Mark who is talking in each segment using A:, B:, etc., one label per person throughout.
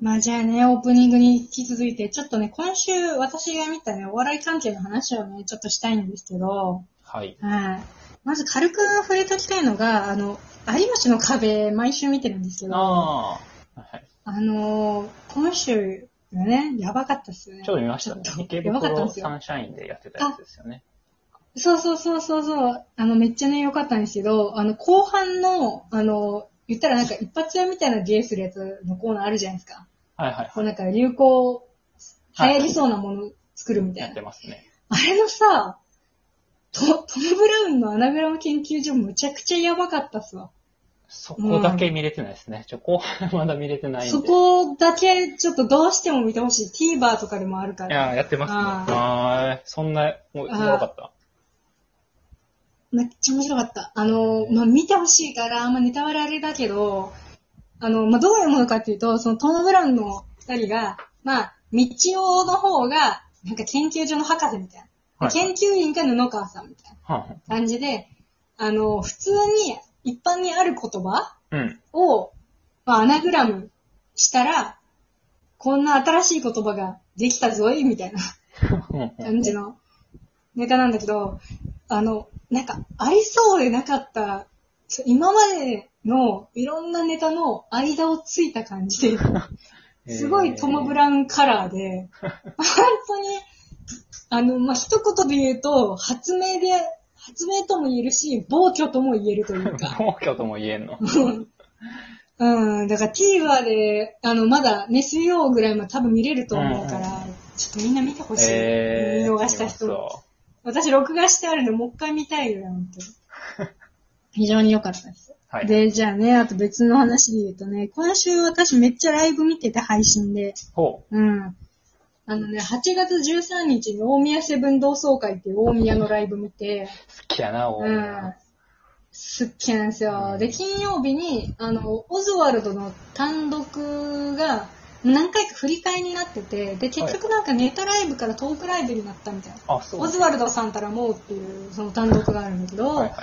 A: まあじゃあね、オープニングに引き続いて、ちょっとね、今週私が見たね、お笑い関係の話をね、ちょっとしたいんですけど、
B: はい。
A: はい。まず軽く触れときたいのが、あの、有吉の壁、毎週見てるんですけど、あ
B: ああ。はい。
A: のー、今週がね、やばかったっすね
B: ちょ。うど見ましたね
A: ちょっ。と
B: 池
A: やばかったん
B: 袋
A: ですよ
B: サンシャインでやってたやつですよね。
A: そうそうそうそうそう、あの、めっちゃね、良かったんですけど、あの、後半の、あの、言ったらなんか一発屋みたいな芸するやつのコーナーあるじゃないですか。
B: はいはい
A: こ
B: は
A: う
B: い。
A: なんか流行、流
B: はい
A: 行りそうなもの作るみた
B: や
A: い
B: っ
A: な
B: て。ますね。
A: あれのさ、トトム・ブラウンのアナグラム研究所むちゃくちゃやばかったっすわ。
B: そこだけ見れてないですね。ちょ、後半まだ見れてないんで。
A: そこだけちょっとどうしても見てほしい。TVer とかでもあるか
B: い
A: ら。
B: や、やってますね。
A: あー
B: はーい。そんな、もう、よ
A: あー
B: かった。
A: めっちゃ面白かった。あの、まあ、見てほしいから、あんまネタバレあれだけど、あの、まあ、どういうものかっていうと、そのトム・ブラウンの二人が、まあ、道夫の方が、なんか研究所の博士みたいな。
B: はい
A: 研究員が布川さんみたい
B: はん
A: な感じで、あの、普通に、一般にある言葉
B: はん。うん。
A: を、まあ、アナグラムしたら、こんな新しい言葉ができたぞい、みたいな。
B: うんうん
A: 感じのネタなんだけど、あの、なんか、ありそうでなかった、そう今までのいろんなネタの間をついた感じで、すごいトム・ブラウンカラーで、本当に、あの、まあ、一言で言うと、発明で、発明とも言えるし、暴挙とも言えるというか、
B: 暴挙とも言え んの。
A: うん、だから TVer で、あの、まだね、水曜ぐらいまで多分見れると思うから、
B: うん
A: ちょっとみんな見てほしい。
B: えー。
A: 見逃した人は。
B: そ
A: 私、録画してあるの、もう一回見たいよ、本当に。 非常に良かったです。
B: うはい。
A: で、じゃあね、あと別の話で言うとね、今週私めっちゃライブ見てて配信で、
B: ほ
A: うん。あのね、8月13日に大宮セブン同窓会っていう大宮のライブ見て、
B: う。好きやな、お
A: う
B: い
A: ん。すっげなんですよ。で、金曜日に、あの、オズワルドの単独が何回か振り替えになってて、で、結局なんかネタライブからトークライブになったみたいな。
B: あ、そう。
A: オズワルドさんたらもうっていう、その単独があるんだけど、
B: はいはい。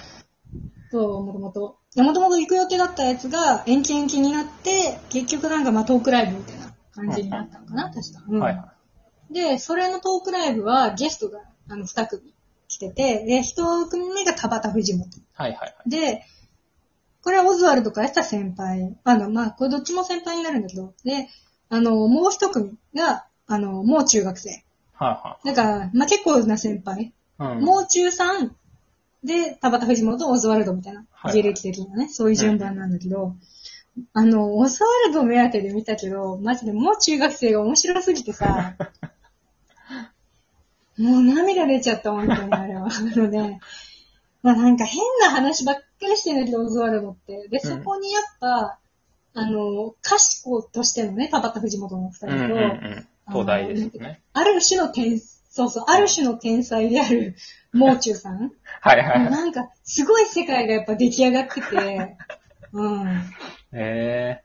A: そう、もともと。もともと行く予定だったやつが延期延期になって、結局なんかまあトークライブみたいな感じになったのかな、確か。うん
B: はいは
A: で、それのトークライブはゲストがあの2組来てて、で、1組目が田畑藤本。
B: い。はいはい
A: で、これはオズワルドからした先輩。あの、まあ、これどっちも先輩になるんだけど、で、あの、もう1組が、あの、もう中学生。
B: は
A: だから、まあ、結構な先輩。
B: い。はいはい。うん。
A: もう中3で、田畑藤本、オズワルドみたいな
B: は、い
A: 芸歴的なね、そういう順番なんだけど、あの、オズワルド目当てで見たけど、マジでもう中学生が面白すぎて さ、もう涙出ちゃった、本当にあれは。あのね、まあなんか変な話ばっかりしてんだけど、オズワルドって。で、
B: う
A: そ
B: ん
A: こにやっぱ、あの、歌詞子としてのね、田畑藤本の二人
B: う
A: と、
B: んうんうん。東大ですよね。
A: ある種の天、そうそう、ある種の天才である、もう中さん。
B: はいはいはい。
A: なんか、すごい世界がやっぱ出来上がって て、うん。
B: え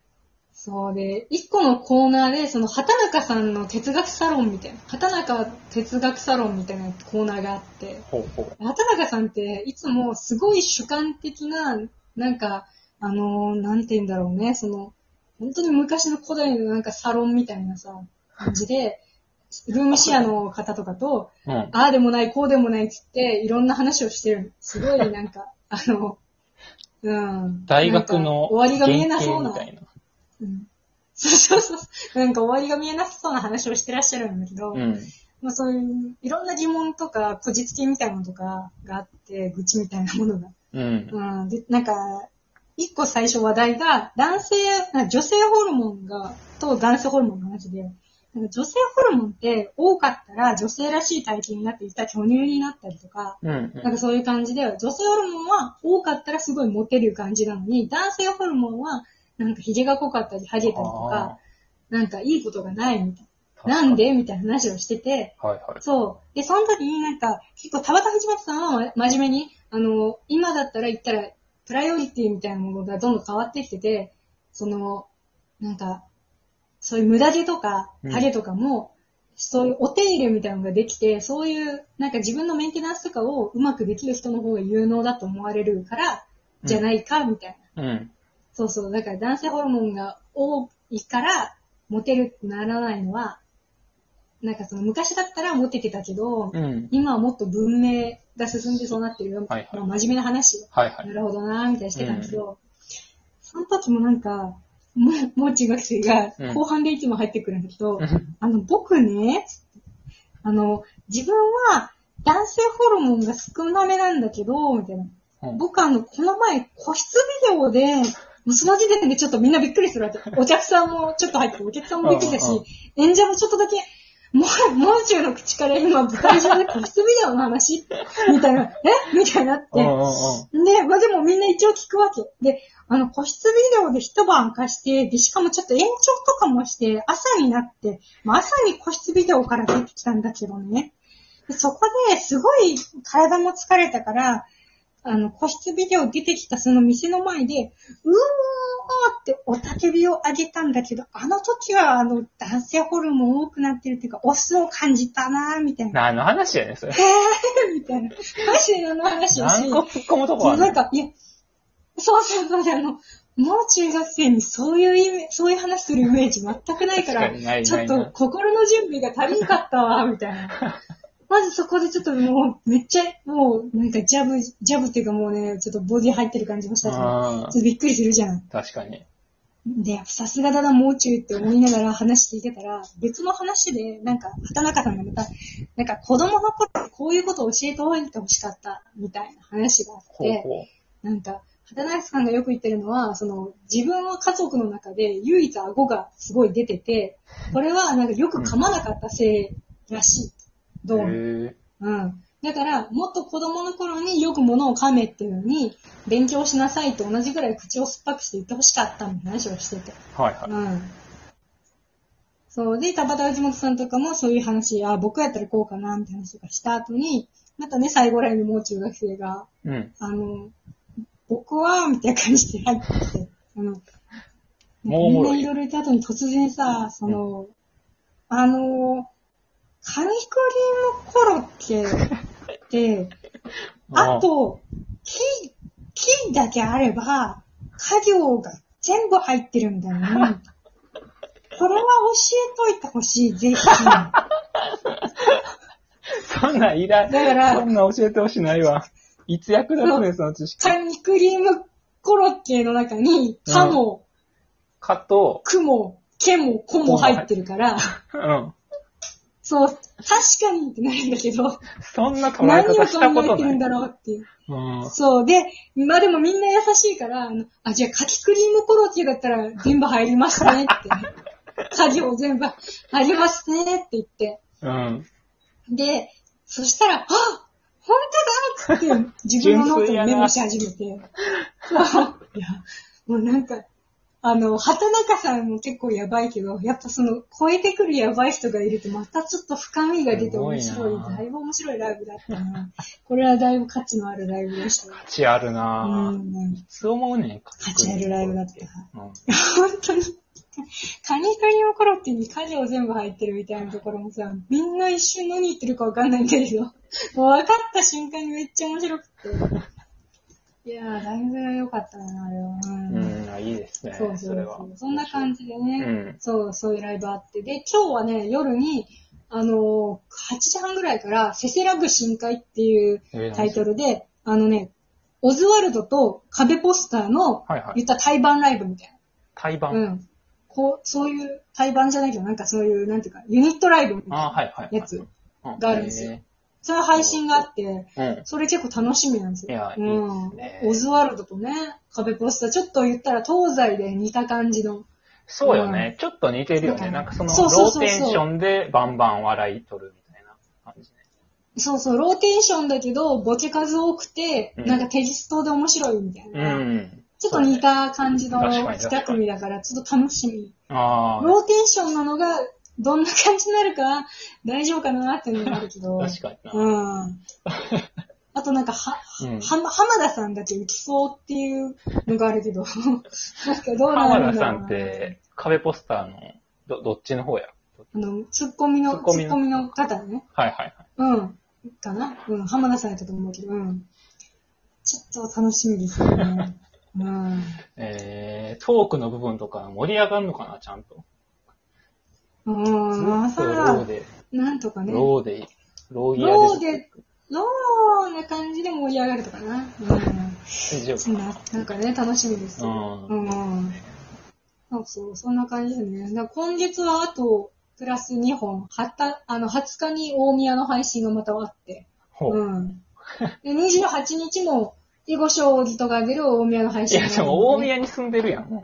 A: そうで、一個のコーナーで、その、畑中さんの哲学サロンみたいな、畑中哲学サロンみたいなコーナーがあって、
B: ー、ほうほう。
A: 畑中さんって、いつもすごい主観的な、なんか、あのーなんて言うんだろうね、その、本当に昔の古代のなんかサロンみたいなさ、感じで、ルームシェアの方とかと、
B: うん。
A: ああでもない、こうでもないっつって、いろんな話をしてるの。すごいなんか、 あの、うん。
B: 大
A: な
B: 学の
A: んか終わりが見えな
B: 原
A: そう
B: 型
A: な
B: み。たいな。
A: うんそうそうそう。なんか終わりが見えなさそうな話をしてらっしゃるんだけど、
B: うん。
A: まあそういう、いろんな疑問とか、こじつけみたいなのとかがあって、愚痴みたいなものが。
B: うん。
A: うん。で、なんか、一個最初話題が、男性、なんか女性ホルモンが、と男性ホルモンの話で、なんか女性ホルモンって多かったら女性らしい体型になって、いた巨乳になったりとか、
B: うん
A: なんかそういう感じで、女性ホルモンは多かったらすごいモテる感じなのに、男性ホルモンはなんか髭が濃かったり、ハゲたりとか、なんかいいことがないみたい
B: あー
A: な。なんでみたいな話をしてて、
B: はいはい。
A: そう。で、その時になんか、結構、田畑藤本さんは真面目に、あの、今だったら言ったら、プライオリティみたいなものがどんどん変わってきてて、その、なんか、そういう無駄毛とか、
B: うん
A: ハゲとかも、そういうお手入れみたいなのができて、そういう、なんか自分のメンテナンスとかをうまくできる人の方が有能だと思われるから、じゃないか、みたいな。
B: うん。
A: そうそう。だから男性ホルモンが多いから、モテるってならないのは、なんかその昔だったらモテてたけど、
B: うん。
A: 今はもっと文明が進んでそうなってるよ。
B: はいはい
A: まあ真面目な話よ
B: はいはい。
A: なるほどなーみたいにしてたんですよ。その時もなんか、ももう中学生が
B: うん
A: 後半でいつも入ってくるんだけど、
B: うん
A: あの、僕ね、あの、自分は男性ホルモンが少なめなんだけど、みたいな。
B: うん
A: 僕あの、この前個室ビデオで、もうその時点でちょっとみんなびっくりす るわけ。お客さんもちょっと入ってる、お客さんもびっくりだし
B: うんうん、
A: 演者もちょっとだけ、もう、もう中の口から今舞台上で個室ビデオの話みたいな、えみたいになって。
B: うんうん
A: で、まあでもみんな一応聞くわけ。で、あの、個室ビデオで一晩貸して、で、しかもちょっと延長とかもして、朝になって、まあ朝に個室ビデオから出てきたんだけどね。でそこですごい体も疲れたから、あの、個室ビデオ出てきたその店の前で、うおーっておたけびをあげたんだけど、あの時はあの、男性ホルモン多くなってるっていうか、オスを感じたなーみたいな。
B: 何の話やねん、それ。
A: みたいな。マジで何の話をし
B: 何個突っ込むとこ
A: そう、
B: あるの
A: なんか、いや、そうそうそうで、あの、もう中学生にそういうイメそういう話するイメージ全くないか
B: 確
A: ら
B: か、にない
A: ちょ
B: な
A: っ
B: い
A: と
B: な。
A: 心の準備が足りんかったわ、みた いな。まずそこでちょっともう、めっちゃ、もう、なんかジャブ、ジャブっていうかもうね、ちょっとボディ入ってる感じもしたから、
B: うん
A: ちょっとびっくりするじゃん。
B: 確かに。
A: で、さすがだな、もう中って思いながら話聞いてたら、別の話で、なんか、畑中さんがまた、なんか子供の頃ってこういうことを教えておいてほしかった、みたいな話があっ
B: ほう
A: て、
B: ほ
A: なんか、畑中さんがよく言ってるのは、その、自分は家族の中で唯一顎がすごい出てて、これはなんかよく噛まなかったせいらしい。
B: う。
A: どうも
B: へえ。
A: うん。だから、もっと子供の頃によく物を噛めっていうのに、勉強しなさいと同じぐらい口を酸っぱくして言ってほしかったみたいな話をしてて。
B: はいはい。
A: うん。そう。で、田畑内本さんとかもそういう話、あ、僕やったらこうかな、みたいな話とかした後に、またね、最後らへんにもう中学生が、
B: うん。
A: あの、僕は、みたいな感じで入ってきて、あの、
B: もう
A: み
B: おも
A: ん
B: ろ
A: ないいろいろいた後に突然さ、その、あの、紙くりのコロッケって、あと、木、木だけあれば、家業が全部入ってるんだよね。これは教えといてほしい、ぜひ。
B: そんなんいらん。
A: だから
B: そんなん教えてほしないわ。いつ役立つねん、その知識。
A: 紙クリームコロッケの中に、かも、
B: かと、
A: くも、けも、こも入ってるから、
B: うん。
A: そう、確かにってなるんだけど、
B: そんな捉え
A: 何を
B: 方したこ
A: 考
B: と
A: えてるん
B: な
A: だ
B: い。
A: ろうっていう。
B: うん。
A: そう、で、まあでもみんな優しいから、あの、あ、じゃあ、かきクリームコロッケだったら全部入ります ねって。家業全部入りますねって言って。
B: うん。
A: で、そしたら、あ本当だ って自分のノートにメモし始めて。そういや、もうなんか、あの、畑中さんも結構やばいけど、やっぱその、超えてくるやばい人がいるとまたちょっと深みが出て面
B: す
A: 白
B: ごい
A: い。
B: な
A: だいぶ面白いライブだったな。これはだいぶ価値のあるライブでした。
B: 価値ある
A: う
B: なぁ。
A: ん、なん
B: いつ思うねん、価
A: 価値あるライブだった。
B: うん。
A: 本当に。カニカニのコロッケに家業全部入ってるみたいなところもさ、みんな一瞬何言ってるかわかんないんだけど、も う分かった瞬間にめっちゃ面白くて。いやー、ライブが良かったな、あれは。うん
B: うん、あいいですね。
A: そうそう
B: れ
A: そ
B: は
A: う。そんな感じでね、
B: うん
A: そう、そういうライブあって。で、今日はね、夜に、あのー8時半ぐらいから、せせらぐ深海っていう
B: えー
A: タイトルで、あのね、オズワルドと壁ポスターの、
B: はいは
A: 言
B: い
A: った対バンライブみたいな。
B: 対バ
A: う
B: ン。
A: ん。こう、そういう対バンじゃないけど、なんかそういう、なんていうか、ユニットライブみたい
B: あ
A: な
B: ーはいはいはい。
A: やつ
B: う
A: があるんですよ。そういう配信があって、
B: へーうん。
A: それ結構楽しみなんですよ。
B: いや
A: う
B: いい
A: ん
B: ですね。
A: オズワルドとね、壁ポスター、ちょっと言ったら東西で似た感じの。
B: そうよね。ちょっと似てるよね。
A: うん
B: なんかその、
A: そうそうそうそう
B: ローテンションでバンバン笑い取るみたいな感じね。
A: そうそう、ローテーションだけど、ボケ数多くて、
B: うん
A: なんかテキストで面白いみたいな。
B: うん。
A: ちょっと似た感じの
B: そうね確か
A: 2
B: に
A: 組だから、ちょっと楽しみ。
B: ああ、
A: ローテーションなのが、どんな感じになるか、大丈夫かなっていうのがあるけど。
B: 確かにな。
A: うん。あとなんかは、
B: う
A: は、
B: ん
A: 浜田さんだけ浮きそうっていうのがあるけど、 なんかどうな
B: 浜
A: る
B: 田
A: んだ
B: さ
A: ろうんな
B: って、壁ポスターの、ど、どっちの方や
A: あの、ツッコミの、
B: ツ
A: ツ
B: ッコミ
A: ッ
B: の
A: コミの方ね。
B: はいはい
A: うん。かなうん。浜田さんやったと思うけど、うん。ちょっと楽しみですよ ね。うん。
B: はい。えー、トークの部分とか盛り上がるのかな、ちゃんと。
A: うーん、まあ
B: ずっとロー
A: さ、
B: で、
A: なんとかね。
B: ローで、ローギ
A: ロ
B: ア
A: ー
B: で
A: で、ローな感じで盛り上がるとかな。うん。
B: 大丈
A: そんな、なんかね、楽しみです。
B: 夫。
A: う
B: うん。
A: ん。そうそう、そんな感じですね。だから今月はあと、プラス2本、はた、あの、20日に大宮の配信がまたあって。
B: ほう。
A: うん。で、28日も、囲碁将棋とか出る大宮の配
B: い
A: 信が
B: や、
A: あるん
B: で
A: で
B: も大宮に住んでるやん。もう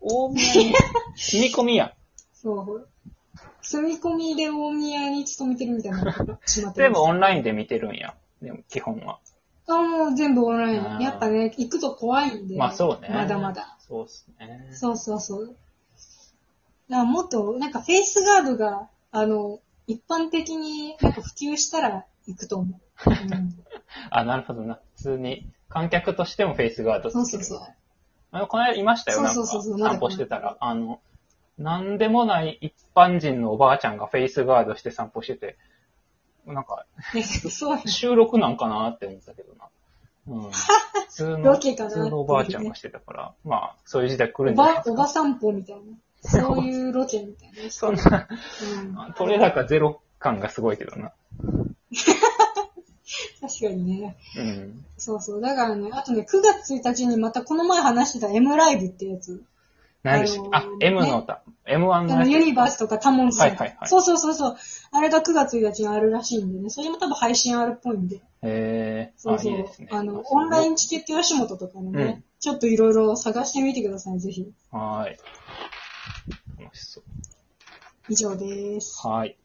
B: 大宮に住み込み やん。
A: そう。住み込みで大宮に勤めてるみたい なことになってしまって
B: 全
A: ま
B: 部
A: す。
B: オンラインで見てるんや。でも基本は。
A: あ、もう全部オンライ
B: あ
A: ン。
B: ー
A: やっぱね、行くと怖いんで。
B: まあそうね。
A: まだまだ。。
B: そうっすね。
A: そうそうそう。だからもっと、なんかフェイスガードが、あの、一般的になんか普及したら行くと思う。うん、
B: あ、なるほどな。普通に観客としてもフェイスガード
A: そう
B: つけ
A: そう
B: る
A: そう。
B: あの、この間いましたよ、なん
A: そう
B: か。
A: そうそうそうまだ
B: 散歩してたら。あの、なんでもない一般人のおばあちゃんがフェイスガードして散歩してて、なんか、
A: ね、そう。
B: 収録なんかなって思ったけどな。うん。普通の、
A: ロケか
B: 普
A: な
B: 通のおばあちゃんがしてたから、まあ、そういう時代来る
A: お
B: んじゃないで
A: ば、
B: す
A: お
B: か。
A: ば散歩みたいな。そういうロケみたいな。
B: そんな、
A: うん、
B: 取れ高ゼロ感がすごいけどな。
A: 確かにね。
B: うん。
A: そうそう。だからね、あとね、9月1日にまたこの前話してた M ライブってやつ。
B: 何でしたっけあ
A: あのー、
B: M の歌。M1
A: あ
B: のや
A: の、
B: つ
A: ユニバースとかタモンさんとか。
B: はいはいはい
A: そうそうそうそう。あれが9月1日にあるらしいんでね。それも多分配信あるっぽいんで。
B: へー。
A: そうそう。
B: あ、
A: あ
B: いいですね。
A: の、オンライ
B: ン。
A: ンチケット吉本とかもね、
B: うん
A: ちょっといろいろ探してみてください、ぜひ。
B: はーい。楽しそう。
A: 以上です。
B: はーい。